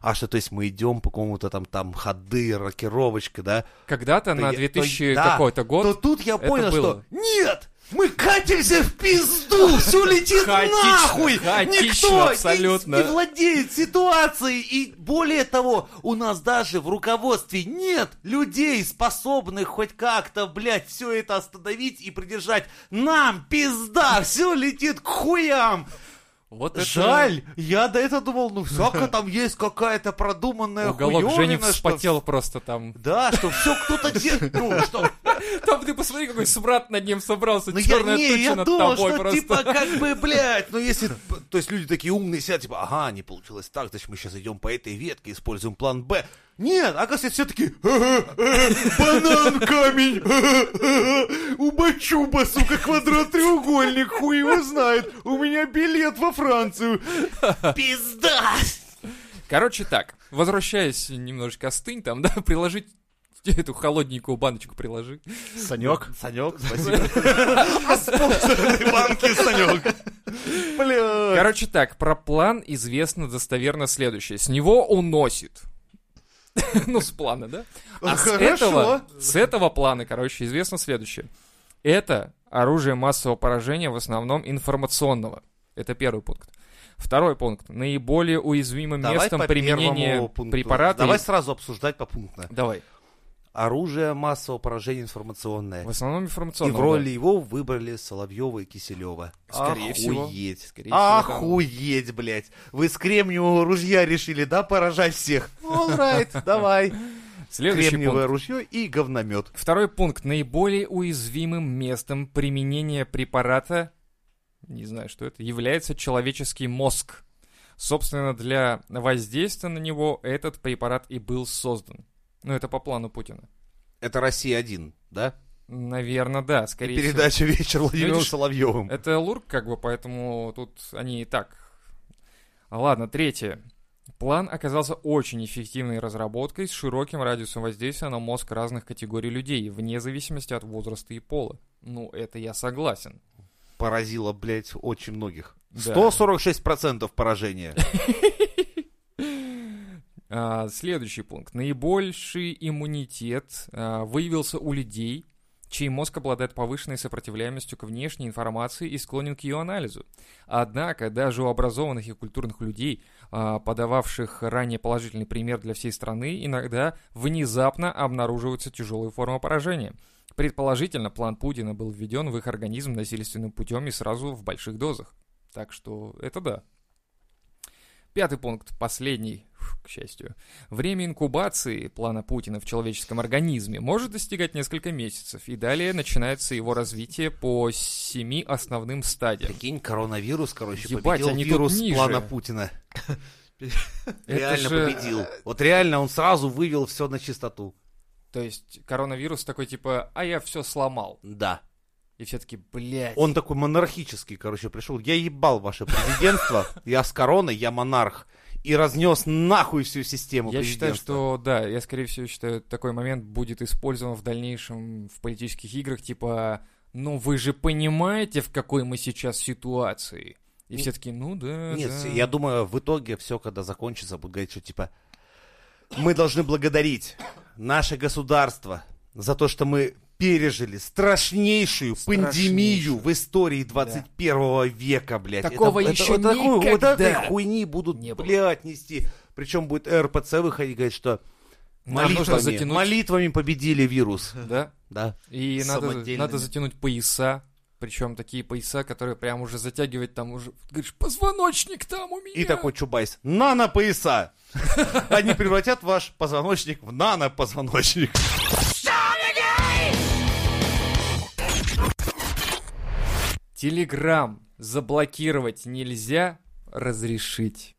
Speaker 4: а что, то есть, мы идем по какому-то там, там ходы, рокировочка, да?
Speaker 3: Когда-то на
Speaker 4: То я- то-
Speaker 3: 2000
Speaker 4: да,
Speaker 3: какой-то год
Speaker 4: То тут я
Speaker 3: это
Speaker 4: понял,
Speaker 3: было.
Speaker 4: что нет! Мы катимся в пизду, все летит
Speaker 3: Хаотично,
Speaker 4: нахуй!
Speaker 3: хаотично
Speaker 4: Никто не-
Speaker 3: абсолютно.
Speaker 4: не владеет ситуацией. И более того, у нас даже в руководстве нет людей, способных хоть как-то, блядь, все это остановить и придержать. Нам пизда, все летит к хуям.
Speaker 3: Вот это
Speaker 4: Жаль, я до этого думал, ну всяко там есть какая-то продуманная
Speaker 3: Уголок Жени
Speaker 4: хуёвина, что-
Speaker 3: вспотел просто там.
Speaker 4: Да, что все кто-то делает, ну что,
Speaker 3: Там ты посмотри, какой смрад над ним собрался,
Speaker 4: Ну я
Speaker 3: черная
Speaker 4: не,
Speaker 3: туча
Speaker 4: я
Speaker 3: над
Speaker 4: думал,
Speaker 3: тобой
Speaker 4: что типа
Speaker 3: просто.
Speaker 4: как бы, блядь, ну если, то есть люди такие умные сидят, типа, ага, не получилось так, значит мы сейчас идем по этой ветке, используем план Б. Нет, оказывается, все такие, «Ага, ага, э, банан, камень, э, ага, ага, э, убачуба, сука, квадрат-треугольник, хуй его знает, у меня билет во Францию. Пизда!
Speaker 3: Короче так, возвращаясь немножечко остынь там, да, приложить эту холодненькую баночку приложи.
Speaker 1: Санек.
Speaker 4: Санек, спасибо. А спонсорной банки, Санек. Бля.
Speaker 3: Короче так, про план известно достоверно следующее. С него уносит. Ну, с плана, да? А с
Speaker 4: Хорошо.
Speaker 3: этого, с этого плана, короче, известно следующее. Это оружие массового поражения в основном информационного. Это первый пункт. Второй пункт. Наиболее уязвимым местом
Speaker 4: по
Speaker 3: применения
Speaker 4: первому пункту.
Speaker 3: препарата...
Speaker 4: Давай сразу обсуждать попунктно.
Speaker 3: Давай.
Speaker 4: Оружие массового поражения информационное.
Speaker 3: В основном
Speaker 4: И
Speaker 3: информационного.
Speaker 4: в роли его выбрали Соловьева и Киселева.
Speaker 3: Скорее всего.
Speaker 4: Охуеть.
Speaker 3: Скорее всего, да.
Speaker 4: Охуеть, блядь. Вы с кремниевого ружья решили, да, поражать всех? Олрайт, давай.
Speaker 3: Следующий
Speaker 4: Кремниевое
Speaker 3: пункт.
Speaker 4: ружье и говномет.
Speaker 3: Второй пункт. Наиболее уязвимым местом применения препарата, не знаю, что это, является человеческий мозг. Собственно, для воздействия на него этот препарат и был создан. Ну, это по плану Путина.
Speaker 4: Это Россия-1, да?
Speaker 3: Наверное, да, скорее всего.
Speaker 4: Передача «Вечер» Владимиром
Speaker 3: Видишь,
Speaker 4: Соловьевым.
Speaker 3: Это лурк, как бы, поэтому тут они и так. А Ладно, третье. План оказался очень эффективной разработкой с широким радиусом воздействия на мозг разных категорий людей, вне зависимости от возраста и пола. Ну, это я согласен.
Speaker 4: Поразило, блядь, очень многих.
Speaker 3: Да.
Speaker 4: 146% поражения.
Speaker 3: А, следующий пункт. Наибольший иммунитет а, выявился у людей, чей мозг обладает повышенной сопротивляемостью к внешней информации и склонен к ее анализу. Однако даже у образованных и культурных людей, а, подававших ранее положительный пример для всей страны, иногда внезапно обнаруживаются тяжелые формы поражения. Предположительно, план Путина был введен в их организм насильственным путем и сразу в больших дозах. Так что это да. Пятый пункт, последний, фу, к счастью. Время инкубации плана Путина в человеческом организме может достигать несколько месяцев, и далее начинается его развитие по семи основным стадиям.
Speaker 4: Прикинь, коронавирус, короче,
Speaker 3: Ебать,
Speaker 4: победил
Speaker 3: они тут
Speaker 4: вирус
Speaker 3: ниже.
Speaker 4: плана Путина.
Speaker 3: Это
Speaker 4: реально
Speaker 3: же-
Speaker 4: победил. Вот реально он сразу вывел все на чистоту.
Speaker 3: То есть коронавирус такой типа, а я все сломал.
Speaker 4: Да.
Speaker 3: И все таки блядь.
Speaker 4: Он такой монархический, короче, пришел. Я ебал ваше президентство. Я с короной, я монарх. И разнес нахуй всю систему
Speaker 3: Я считаю,
Speaker 4: президентства.
Speaker 3: что, да, я, скорее всего, считаю, такой момент будет использован в дальнейшем в политических играх, типа, ну, вы же понимаете, в какой мы сейчас ситуации. И
Speaker 4: Не-
Speaker 3: все таки ну да,
Speaker 4: Нет,
Speaker 3: да.
Speaker 4: я думаю, в итоге все, когда закончится, будет говорить, что типа мы должны благодарить наше государство за то, что мы пережили страшнейшую,
Speaker 3: Страшнейшую.
Speaker 4: пандемию в истории 21 века, блядь.
Speaker 3: Такого
Speaker 4: это,
Speaker 3: еще
Speaker 4: это, вот такую- вот
Speaker 3: никогда
Speaker 4: этой хуйни будут,
Speaker 3: не было.
Speaker 4: блядь, нести. Причем будет РПЦ выходить, говорить, что
Speaker 3: Нам нужно
Speaker 4: молитвами,
Speaker 3: затянуть.
Speaker 4: молитвами победили вирус.
Speaker 3: Да?
Speaker 4: Да.
Speaker 3: И надо,
Speaker 1: Самодельными.
Speaker 3: надо затянуть пояса. Причем такие пояса, которые прям уже затягивать там уже... Говоришь, позвоночник там у меня!
Speaker 4: И такой Чубайс. Нано-пояса! Они превратят ваш позвоночник в нано-позвоночник.
Speaker 3: Телеграм заблокировать нельзя, разрешить.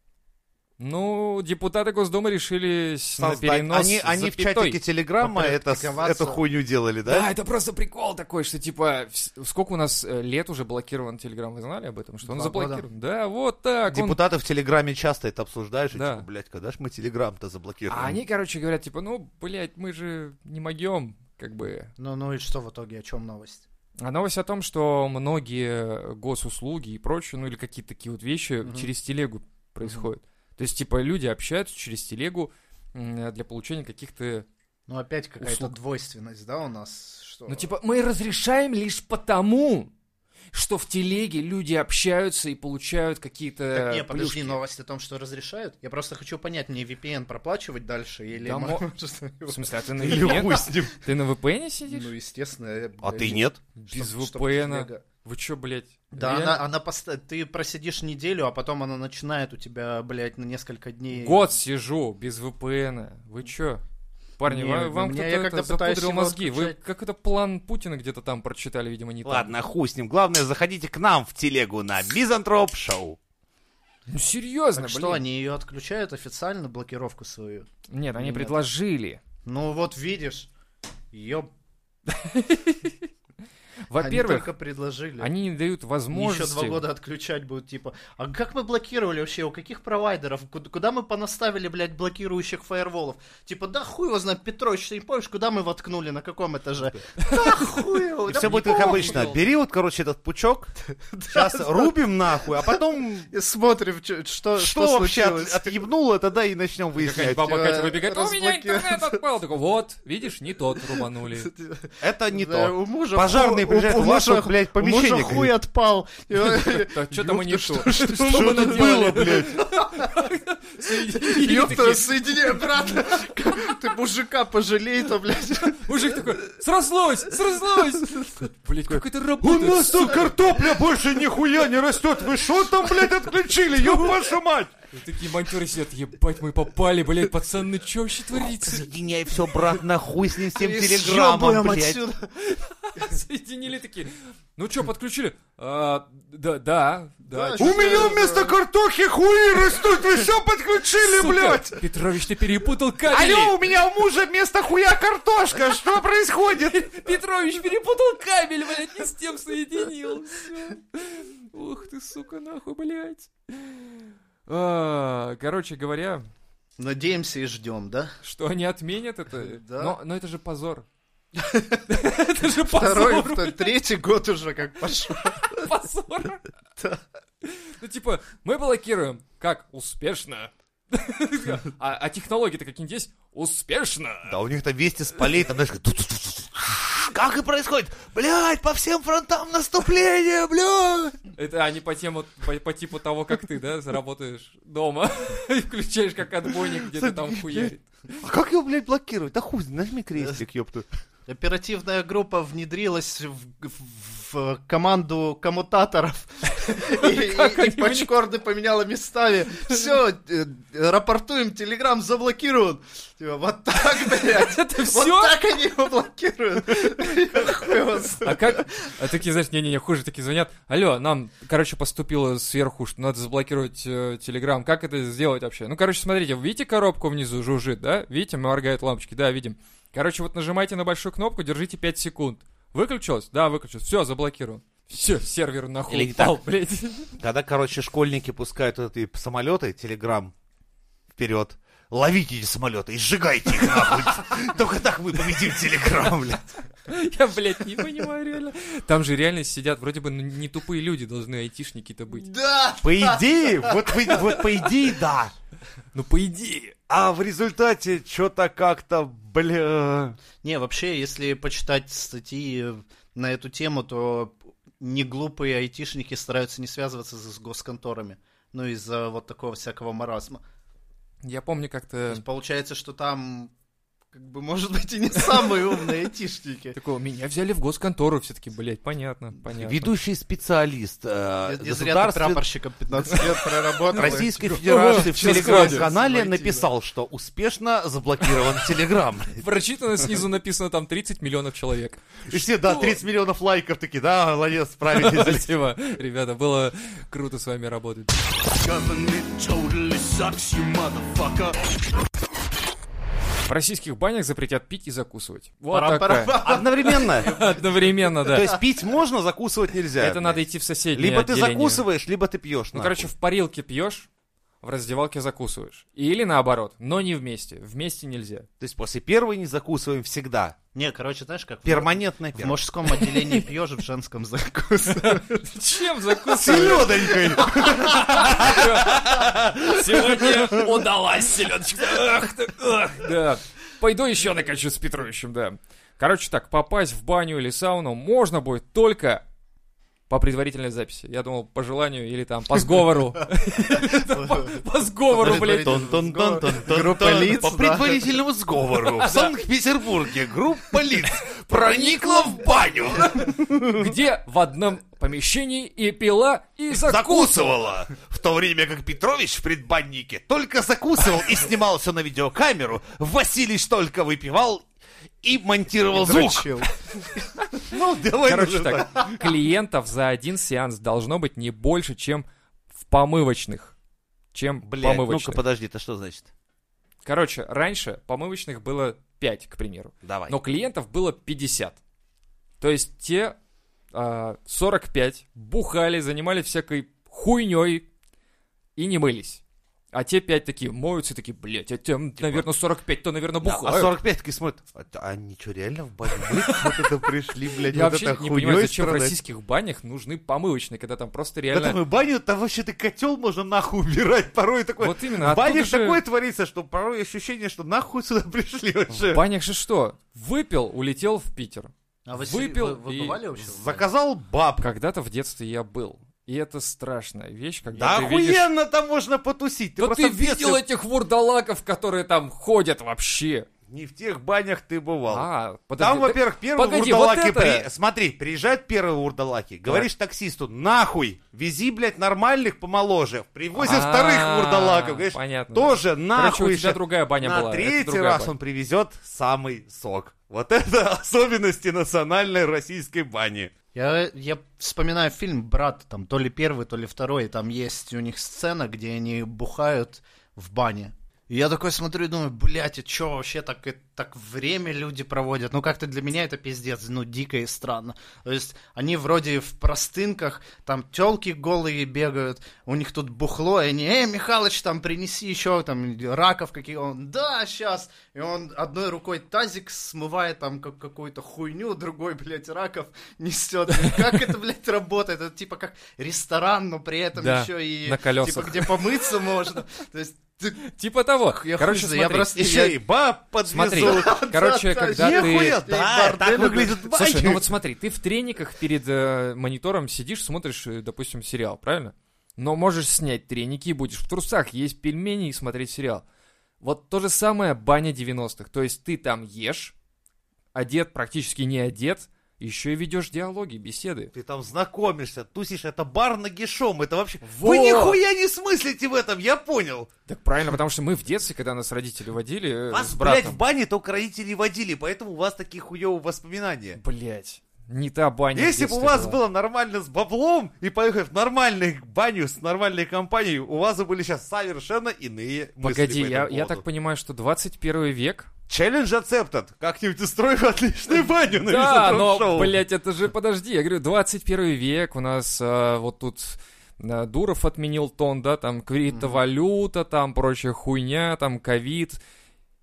Speaker 3: Ну, депутаты Госдумы решили с- на
Speaker 4: создать.
Speaker 3: перенос
Speaker 4: Они,
Speaker 3: с
Speaker 4: они в
Speaker 3: запятой.
Speaker 4: чатике Телеграма это,
Speaker 1: попрактиковаться.
Speaker 4: эту хуйню делали,
Speaker 3: Да?
Speaker 4: да?
Speaker 3: это просто прикол такой, что типа, вс- сколько у нас э, лет уже блокирован Телеграм, вы знали об этом? Что он
Speaker 1: Два года.
Speaker 3: заблокирован? Да, вот так. он
Speaker 4: Депутаты в Телеграме часто это обсуждают, что,
Speaker 3: Да.
Speaker 4: типа, блядь, когда ж мы Телеграм-то заблокируем?
Speaker 3: А они, короче, говорят, типа, ну, блядь, мы же не могем, как бы.
Speaker 1: Ну, ну и что в итоге, о чем новость?
Speaker 3: А новость о том, что многие госуслуги и прочее, ну или какие-то такие вот вещи
Speaker 1: Мгм.
Speaker 3: через телегу происходят. То есть, типа, люди общаются через телегу м, для получения каких-то...
Speaker 1: Ну, опять какая-то
Speaker 3: Услуг.
Speaker 1: Э. двойственность, да, у нас? Что...
Speaker 3: Ну, типа, мы разрешаем лишь потому, что в телеге люди общаются и получают какие-то
Speaker 1: не, подожди,
Speaker 3: Э, плюшки.
Speaker 1: новость о том, что разрешают? Я просто хочу понять, мне VPN проплачивать дальше или...
Speaker 3: Да
Speaker 1: можно
Speaker 3: мо-
Speaker 1: что-то-
Speaker 3: В смысле, а ты на
Speaker 4: Или
Speaker 3: VPN?
Speaker 4: хуй с ним.
Speaker 3: Ты на VPN сидишь?
Speaker 1: Ну, естественно. я,
Speaker 4: А
Speaker 3: э,
Speaker 1: блядь,
Speaker 4: ты нет?
Speaker 3: Без
Speaker 1: Ну, чтоб- чтоб
Speaker 3: VPN.
Speaker 1: телега.
Speaker 3: Вы чё, блядь?
Speaker 1: Да,
Speaker 3: реально?
Speaker 1: она, она поста- ты просидишь неделю, а потом она начинает у тебя, блядь, на несколько дней...
Speaker 3: Год сижу без VPN. Вы чё? Парни,
Speaker 1: Не,
Speaker 3: ва-
Speaker 1: у
Speaker 3: вам
Speaker 1: меня
Speaker 3: кто-то
Speaker 1: я когда
Speaker 3: это
Speaker 1: пытаюсь
Speaker 3: запудрил
Speaker 1: его
Speaker 3: мозги. Вы
Speaker 1: отключать.
Speaker 3: как это план Путина где-то там прочитали, видимо, не так.
Speaker 4: Ладно, хуй с ним. Главное, заходите к нам в телегу на Мизантроп Шоу.
Speaker 3: Ну серьезно,
Speaker 1: Так что, они ее отключают официально, блокировку свою?
Speaker 3: Нет, они
Speaker 1: Нет.
Speaker 3: предложили.
Speaker 1: Ну вот видишь, ее они
Speaker 3: Во-первых,
Speaker 1: только предложили.
Speaker 3: они не дают
Speaker 1: Мне
Speaker 3: возможности.
Speaker 1: Еще два года отключать будут, типа. А как мы блокировали вообще? У каких провайдеров? Ку- Куда мы понаставили, блядь, блокирующих фаерволов? Типа, да хуй его знает, Петрович, ты не помнишь, куда мы воткнули, на каком этаже? Да хуй его,
Speaker 4: Типа. И
Speaker 1: да
Speaker 4: все будет как
Speaker 1: похуй.
Speaker 4: обычно. Бери вот, короче, этот пучок, сейчас рубим нахуй, а потом
Speaker 1: И Смотрим, чё- что,
Speaker 4: что вообще
Speaker 1: случилось.
Speaker 4: от- отъебнуло, тогда и начнем
Speaker 3: Какая-нибудь
Speaker 4: выяснять.
Speaker 3: баба
Speaker 1: тебя
Speaker 3: Катя выбегает, у меня
Speaker 1: разблокируют».
Speaker 3: интернет отпал. Такой, вот, видишь, не тот рубанули.
Speaker 4: Это не
Speaker 1: Типа, Да,
Speaker 4: то.
Speaker 1: у мужа
Speaker 4: Пожарные
Speaker 1: ху-
Speaker 4: приезжают,
Speaker 1: у- у
Speaker 4: у вашего,
Speaker 1: мужа-
Speaker 4: блядь,
Speaker 1: у мужа
Speaker 4: помещение
Speaker 1: хуй
Speaker 4: горит.
Speaker 1: отпал.
Speaker 3: Так, что там и не то?
Speaker 4: Что
Speaker 3: мы
Speaker 4: тут
Speaker 3: наделали?
Speaker 4: было, блядь?
Speaker 3: Соединили
Speaker 1: Ёпта,
Speaker 3: такие.
Speaker 1: соединяй, брат. Ты мужика пожалей-то, блядь.
Speaker 3: Мужик такой, срослось, срослось. Блядь, как это
Speaker 4: У
Speaker 3: работает?
Speaker 4: нас тут картопля больше нихуя не растет. Вы что там, блядь, отключили? Ёб вашу мать!
Speaker 3: Такие монтеры сидят, ебать, мы попали, блядь, пацаны, что вообще творится?
Speaker 4: Соединяй все, брат, нахуй с ним всем
Speaker 1: И
Speaker 4: телеграммом,
Speaker 1: съёбываем
Speaker 4: блядь.
Speaker 1: отсюда.
Speaker 3: Соединили такие, ну что, подключили? А, Да, да, да.
Speaker 1: Да,
Speaker 3: чё-
Speaker 4: У меня вместо картохи хуи растут, вы все подключили,
Speaker 3: Сука,
Speaker 4: блядь!
Speaker 3: Петрович, ты перепутал кабели!
Speaker 4: Алло, у меня у мужа вместо хуя картошка, что происходит?
Speaker 3: Петрович перепутал кабель, блядь, не с тем соединил. Всё. Ух ты, сука, нахуй, блядь. А, Короче говоря,
Speaker 1: Надеемся и ждем, да?
Speaker 3: что они отменят это?
Speaker 1: Да.
Speaker 3: Но, но это же позор. Это же
Speaker 1: Второй,
Speaker 3: позор,
Speaker 1: вто- третий год уже как пошел.
Speaker 3: позор. Ну типа, мы блокируем. Как? Успешно. А, а технологии-то какие-нибудь есть? Успешно.
Speaker 4: Да у них там вести с полей, там, знаешь, как и происходит? Блядь, по всем фронтам наступление, блядь!
Speaker 3: Это они по, тему, по, по типу того, как ты, да, заработаешь дома и включаешь как отбойник где-то там хуярит.
Speaker 4: А как его, блядь, блокировать? Да хуй, нажми крестик, ёпта.
Speaker 1: Оперативная группа внедрилась в, в- в команду коммутаторов. И-
Speaker 3: Как
Speaker 1: И
Speaker 3: они
Speaker 1: и пачкорды поменяла местами. Все, рапортуем, Телеграм заблокирован. Типа, Вот так, блядь.
Speaker 3: Это
Speaker 1: Вот
Speaker 3: все?
Speaker 1: так они его блокируют. Я хуй его знаю.
Speaker 3: А как? А такие, знаешь, не-не-не, хуже такие звонят. Алло, нам, короче, поступило сверху, что надо заблокировать э, Телеграм. Как это сделать вообще? Ну, короче, смотрите, видите коробку внизу жужжит, да? Видите, моргают лампочки, да, видим. Короче, вот нажимайте на большую кнопку, держите 5 секунд. Выключилось? Да, выключилось. Все, заблокирован. Все, сервер нахуй
Speaker 4: Или не
Speaker 3: упал, блядь.
Speaker 4: Когда, короче, школьники пускают вот эти самолеты, телеграм, вперед. Ловите эти самолеты и сжигайте их нахуй. Только так мы победим телеграм, блядь.
Speaker 3: Я, блядь, не понимаю реально. Там же реально сидят, вроде бы ну, не тупые люди должны айтишники-то быть.
Speaker 1: Да,
Speaker 4: По идее, вот, вы- вот по идее, да.
Speaker 3: Ну, по идее.
Speaker 4: А в результате что-то как-то, бля...
Speaker 1: Не, вообще, если почитать статьи э, на эту тему, то неглупые айтишники стараются не связываться с с госконторами. Ну, из-за вот такого всякого маразма.
Speaker 3: Я помню
Speaker 1: То
Speaker 3: как-то...
Speaker 1: есть получается, что там, как бы, может быть, и не самые умные айтишники.
Speaker 3: Такого, меня взяли в госконтору все-таки, блядь, понятно, понятно.
Speaker 4: Ведущий специалист э,
Speaker 1: Не зря ты
Speaker 4: государствен-
Speaker 1: прапорщиком 15 лет проработал.
Speaker 4: Российской Федерации в
Speaker 3: Сейчас
Speaker 4: телеграм-канале
Speaker 1: войти, да.
Speaker 4: написал, что успешно заблокирован телеграм.
Speaker 3: Прочитано снизу написано там 30 миллионов человек.
Speaker 4: И все, да, 30 миллионов лайков такие, да, молодец, справились.
Speaker 3: Спасибо, ребята, было круто с вами работать. В российских банях запретят пить и закусывать. Вот такая.
Speaker 1: Пара-пара-пара.
Speaker 4: Одновременно.
Speaker 3: Одновременно,
Speaker 4: То
Speaker 3: да.
Speaker 4: есть пить можно, закусывать нельзя.
Speaker 3: Это надо идти в соседнее
Speaker 4: Либо ты
Speaker 3: отделение.
Speaker 4: закусываешь, либо ты пьешь.
Speaker 3: Ну, короче, в парилке пьешь, в раздевалке закусываешь. Или наоборот, но не вместе. Вместе нельзя.
Speaker 4: То есть после первой не закусываем всегда.
Speaker 1: Не, короче, знаешь, как в-
Speaker 4: Перманентная
Speaker 1: в
Speaker 4: первая.
Speaker 1: мужском отделении пьешь, в женском закусываешь.
Speaker 3: Чем закусываешь?
Speaker 4: Селёдонькой.
Speaker 3: Сегодня удалась селедочка. Ах ты, ах, да. Пойду еще накачу с Петровичем, да. Короче так, попасть в баню или сауну можно будет только по по предварительной записи. Я думал, по желанию или там по сговору. По по сговору, блядь.
Speaker 1: Группа
Speaker 4: Группа
Speaker 1: лиц,
Speaker 4: По
Speaker 1: да.
Speaker 4: предварительному сговору в Санкт-Петербурге группа лиц проникла в баню,
Speaker 3: Где в одном помещении и пила, и закусывала.
Speaker 4: закусывала. В то время как Петрович в предбаннике только закусывал и снимал все на видеокамеру, Василич только выпивал и монтировал звук.
Speaker 1: Дрочил.
Speaker 4: Ну, давай
Speaker 3: Короче
Speaker 4: уже
Speaker 3: так, клиентов за один сеанс должно быть не больше, чем в помывочных. Чем
Speaker 4: Блядь, ну-ка
Speaker 3: помывочных.
Speaker 4: подожди, это что значит?
Speaker 3: Короче, раньше помывочных было 5, к примеру.
Speaker 4: Давай.
Speaker 3: Но клиентов было 50. То есть те а, 45 бухали, занимались всякой хуйней и не мылись. А те 5 такие моются и такие, блядь, а те, наверное, 45, то, наверное, бухают.
Speaker 4: Типа А 45 таки смотрят. А, они что, реально в баню мыться вот это пришли, блядь,
Speaker 3: Я
Speaker 4: вот
Speaker 3: вообще
Speaker 4: это
Speaker 3: не понимаю,
Speaker 4: хуйней
Speaker 3: зачем в
Speaker 4: страдать?
Speaker 3: российских банях нужны помывочные, когда там просто
Speaker 4: Да
Speaker 3: реально...
Speaker 4: там и баню, там вообще ты котел можно нахуй убирать, порой такой.
Speaker 3: Вот именно,
Speaker 4: в бане
Speaker 3: оттуда
Speaker 4: ж
Speaker 3: же-
Speaker 4: такое творится, что порой ощущение, что нахуй сюда пришли вообще.
Speaker 3: В банях же что? Выпил, улетел в Питер.
Speaker 1: А вы, сели-
Speaker 3: Выпил
Speaker 1: вы- вы
Speaker 3: и
Speaker 1: бывали вообще?
Speaker 4: Заказал баб.
Speaker 3: Когда-то в детстве я был. И это страшная вещь,
Speaker 4: Да
Speaker 3: когда Ну, ты видишь...
Speaker 4: охуенно там можно потусить. Ты
Speaker 3: Да
Speaker 4: просто
Speaker 3: ты
Speaker 4: в детстве-
Speaker 3: видел этих вурдалаков, которые там ходят вообще?
Speaker 4: Не в тех банях ты бывал.
Speaker 3: А, подожди,
Speaker 4: Там,
Speaker 3: да-
Speaker 4: во-первых, первые
Speaker 3: погоди,
Speaker 4: урдалаки...
Speaker 3: вот это-
Speaker 4: при- Смотри, приезжают первые урдалаки, говоришь таксисту, нахуй, вези, блядь, нормальных помоложе. Привозят
Speaker 3: А,
Speaker 4: вторых урдалаков, говоришь,
Speaker 3: понятно.
Speaker 4: тоже
Speaker 3: Короче, у
Speaker 4: нахуй.
Speaker 3: тебя
Speaker 4: ща».
Speaker 3: другая баня
Speaker 4: На
Speaker 3: была. это
Speaker 4: третий
Speaker 3: другая
Speaker 4: раз
Speaker 3: баня.
Speaker 4: он привезет самый сок. Вот это особенности национальной российской бани.
Speaker 1: Я, я вспоминаю фильм «Брат», там то ли первый, то ли второй, там есть у них сцена, где они бухают в бане. И я такой смотрю и думаю, блядь, и чё вообще так, и- так время люди проводят? Ну как-то для меня это пиздец, ну дико и странно. То есть они вроде в простынках, там телки голые бегают, у них тут бухло, и они, эй, Михалыч, там принеси еще там раков какие. Он, да, сейчас. И он одной рукой тазик смывает там как- какую-то хуйню, другой, блядь, раков несет. Как это, блядь, работает? Это типа как ресторан, но при этом
Speaker 3: Да,
Speaker 1: еще и...
Speaker 3: на колесах.
Speaker 1: Типа где помыться можно. То есть ты-
Speaker 3: Типа того.
Speaker 1: я
Speaker 3: Короче,
Speaker 1: хуй знаю, я
Speaker 3: смотри.
Speaker 1: просто-
Speaker 4: Еще
Speaker 1: Я-
Speaker 4: и баб подвезут.
Speaker 3: Смотри, короче,
Speaker 1: Да, да,
Speaker 3: когда
Speaker 4: Нихуя,
Speaker 3: ты...
Speaker 1: ты-
Speaker 4: да,
Speaker 1: ты-
Speaker 4: так
Speaker 1: бордель,
Speaker 4: выглядит баня.
Speaker 3: Слушай, ну вот смотри, ты в трениках перед э, монитором сидишь, смотришь, э, допустим, сериал, правильно? Но можешь снять треники, будешь в трусах, есть пельмени и смотреть сериал. Вот то же самое баня 90-х. То есть ты там ешь, одет, практически не одет, еще и ведешь диалоги, беседы.
Speaker 4: Ты там знакомишься, тусишь, это бар нагишом, это вообще...
Speaker 3: Вот.
Speaker 4: Вы нихуя не смыслите в этом, я понял.
Speaker 3: Так правильно, потому что мы в детстве, когда нас родители водили э,
Speaker 4: Вас,
Speaker 3: с
Speaker 4: блядь,
Speaker 3: братом...
Speaker 4: в бане только родители водили, поэтому у вас такие хуёвые воспоминания.
Speaker 3: Блять, не та баня. в
Speaker 4: Если бы у
Speaker 3: детстве
Speaker 4: вас
Speaker 3: была.
Speaker 4: было нормально с баблом и поехали в нормальную баню с нормальной компанией, у вас бы были сейчас совершенно иные мысли
Speaker 3: Погоди,
Speaker 4: по
Speaker 3: я,
Speaker 4: этому
Speaker 3: я
Speaker 4: поводу.
Speaker 3: так понимаю, что 21 век...
Speaker 4: Челлендж accepted. Как-нибудь устрою отличную баню на
Speaker 3: Да,
Speaker 4: Визитрон
Speaker 3: но,
Speaker 4: Ну, Шоу.
Speaker 3: блядь, это же, подожди, я говорю, 21 век, у нас а, вот тут а, Дуров отменил тон, да, там криптовалюта, там прочая хуйня, там ковид,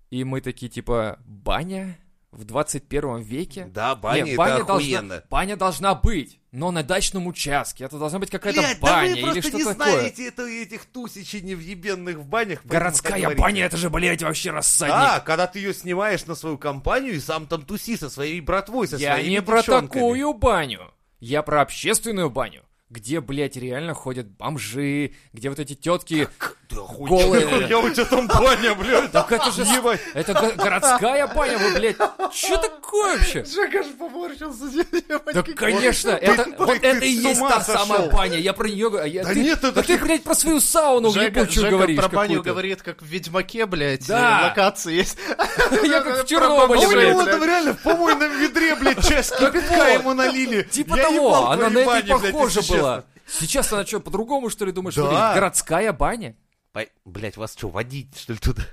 Speaker 3: и мы такие, типа, баня в 21 веке?
Speaker 4: Да, баня,
Speaker 3: Не,
Speaker 4: это
Speaker 3: должна,
Speaker 4: охуенно.
Speaker 3: баня должна быть, но на дачном участке. Это должна быть какая-то
Speaker 4: Блядь, да
Speaker 3: баня
Speaker 4: вы
Speaker 3: или
Speaker 4: просто
Speaker 3: что
Speaker 4: не
Speaker 3: такое.
Speaker 4: знаете это- этих тысячи невъебенных в банях. поэтому так
Speaker 3: Городская
Speaker 4: говорите.
Speaker 3: баня, это же, блядь, вообще рассадник.
Speaker 4: Да, когда ты ее снимаешь на свою компанию и сам там туси со своей братвой, со
Speaker 3: Я
Speaker 4: своими
Speaker 3: не про
Speaker 4: девчонками.
Speaker 3: такую баню. Я про общественную баню, где, блядь, реально ходят бомжи, где вот эти тетки...
Speaker 4: Да хуй
Speaker 3: Голые.
Speaker 4: Я у тебя там баня, блядь.
Speaker 3: Так это же... Это го- городская баня, вы, блядь... Что такое вообще?
Speaker 1: Жека же поморщился.
Speaker 3: Да, конечно, это,
Speaker 4: ты-
Speaker 3: вот
Speaker 4: ты
Speaker 3: это и
Speaker 4: с
Speaker 3: есть
Speaker 4: ума
Speaker 3: та
Speaker 4: сошел.
Speaker 3: самая баня. Я про нее говорю. а я-
Speaker 4: Да
Speaker 3: ты-
Speaker 4: нет, это
Speaker 3: да ты, блядь, про свою сауну
Speaker 1: Жека,
Speaker 3: ебучую
Speaker 1: Жека
Speaker 3: говоришь
Speaker 1: про баню
Speaker 3: какую-то.
Speaker 1: говорит, как в Ведьмаке, блядь,
Speaker 3: Да.
Speaker 1: э, локации есть.
Speaker 3: Я как в
Speaker 4: А
Speaker 3: Чернобыле,
Speaker 4: у
Speaker 1: Блядь,
Speaker 4: него
Speaker 3: блядь.
Speaker 1: блядь.
Speaker 4: там реально в помойном ведре, блядь, часть кипятка ему налили.
Speaker 3: Типа
Speaker 4: Я
Speaker 3: того,
Speaker 4: ебал
Speaker 3: она
Speaker 4: твои
Speaker 3: на это
Speaker 4: бани,
Speaker 3: и
Speaker 4: блядь, если
Speaker 3: похожа
Speaker 4: честно.
Speaker 3: была. Сейчас она что, по-другому, что ли, думаешь,
Speaker 4: Да.
Speaker 3: выглядит? Городская баня?
Speaker 4: Пой- Блядь, вас что, водить, что ли, туда?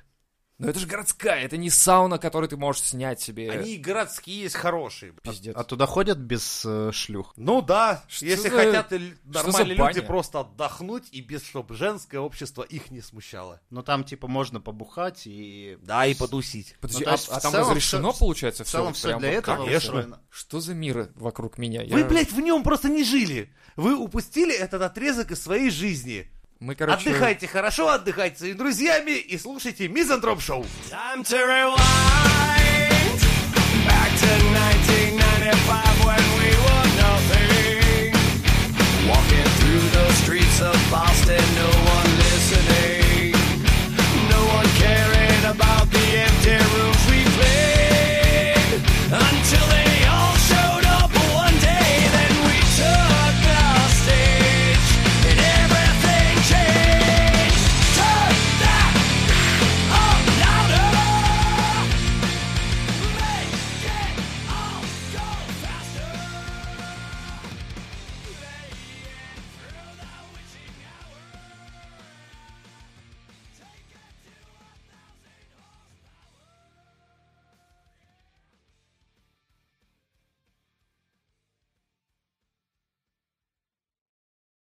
Speaker 3: Но Ну, это же городская, это не сауна, которую ты можешь снять себе.
Speaker 4: Они и городские есть хорошие.
Speaker 3: Пиздец.
Speaker 1: А туда ходят без э, шлюх?
Speaker 4: Ну да,
Speaker 3: Что
Speaker 4: если
Speaker 3: за-
Speaker 4: хотят л-
Speaker 3: за
Speaker 4: нормальные
Speaker 3: баня?
Speaker 4: люди просто отдохнуть и без, чтобы женское общество их не смущало.
Speaker 1: Ну там типа можно побухать и...
Speaker 4: Да, и подусить.
Speaker 3: Подожди,
Speaker 1: Ну, то есть
Speaker 3: а, а
Speaker 1: в
Speaker 3: там
Speaker 1: целом
Speaker 3: разрешено,
Speaker 1: всё-
Speaker 3: получается,
Speaker 1: В целом
Speaker 3: все?
Speaker 1: все для этого
Speaker 4: конечно.
Speaker 1: устроено.
Speaker 3: Что за мир вокруг меня? Я-
Speaker 4: Вы, блядь, в нем просто не жили. Вы упустили этот отрезок из своей жизни.
Speaker 3: Мы, короче...
Speaker 4: Отдыхайте хорошо, отдыхайте с своими друзьями и слушайте Мизантроп Шоу.
Speaker 5: Time to rewind.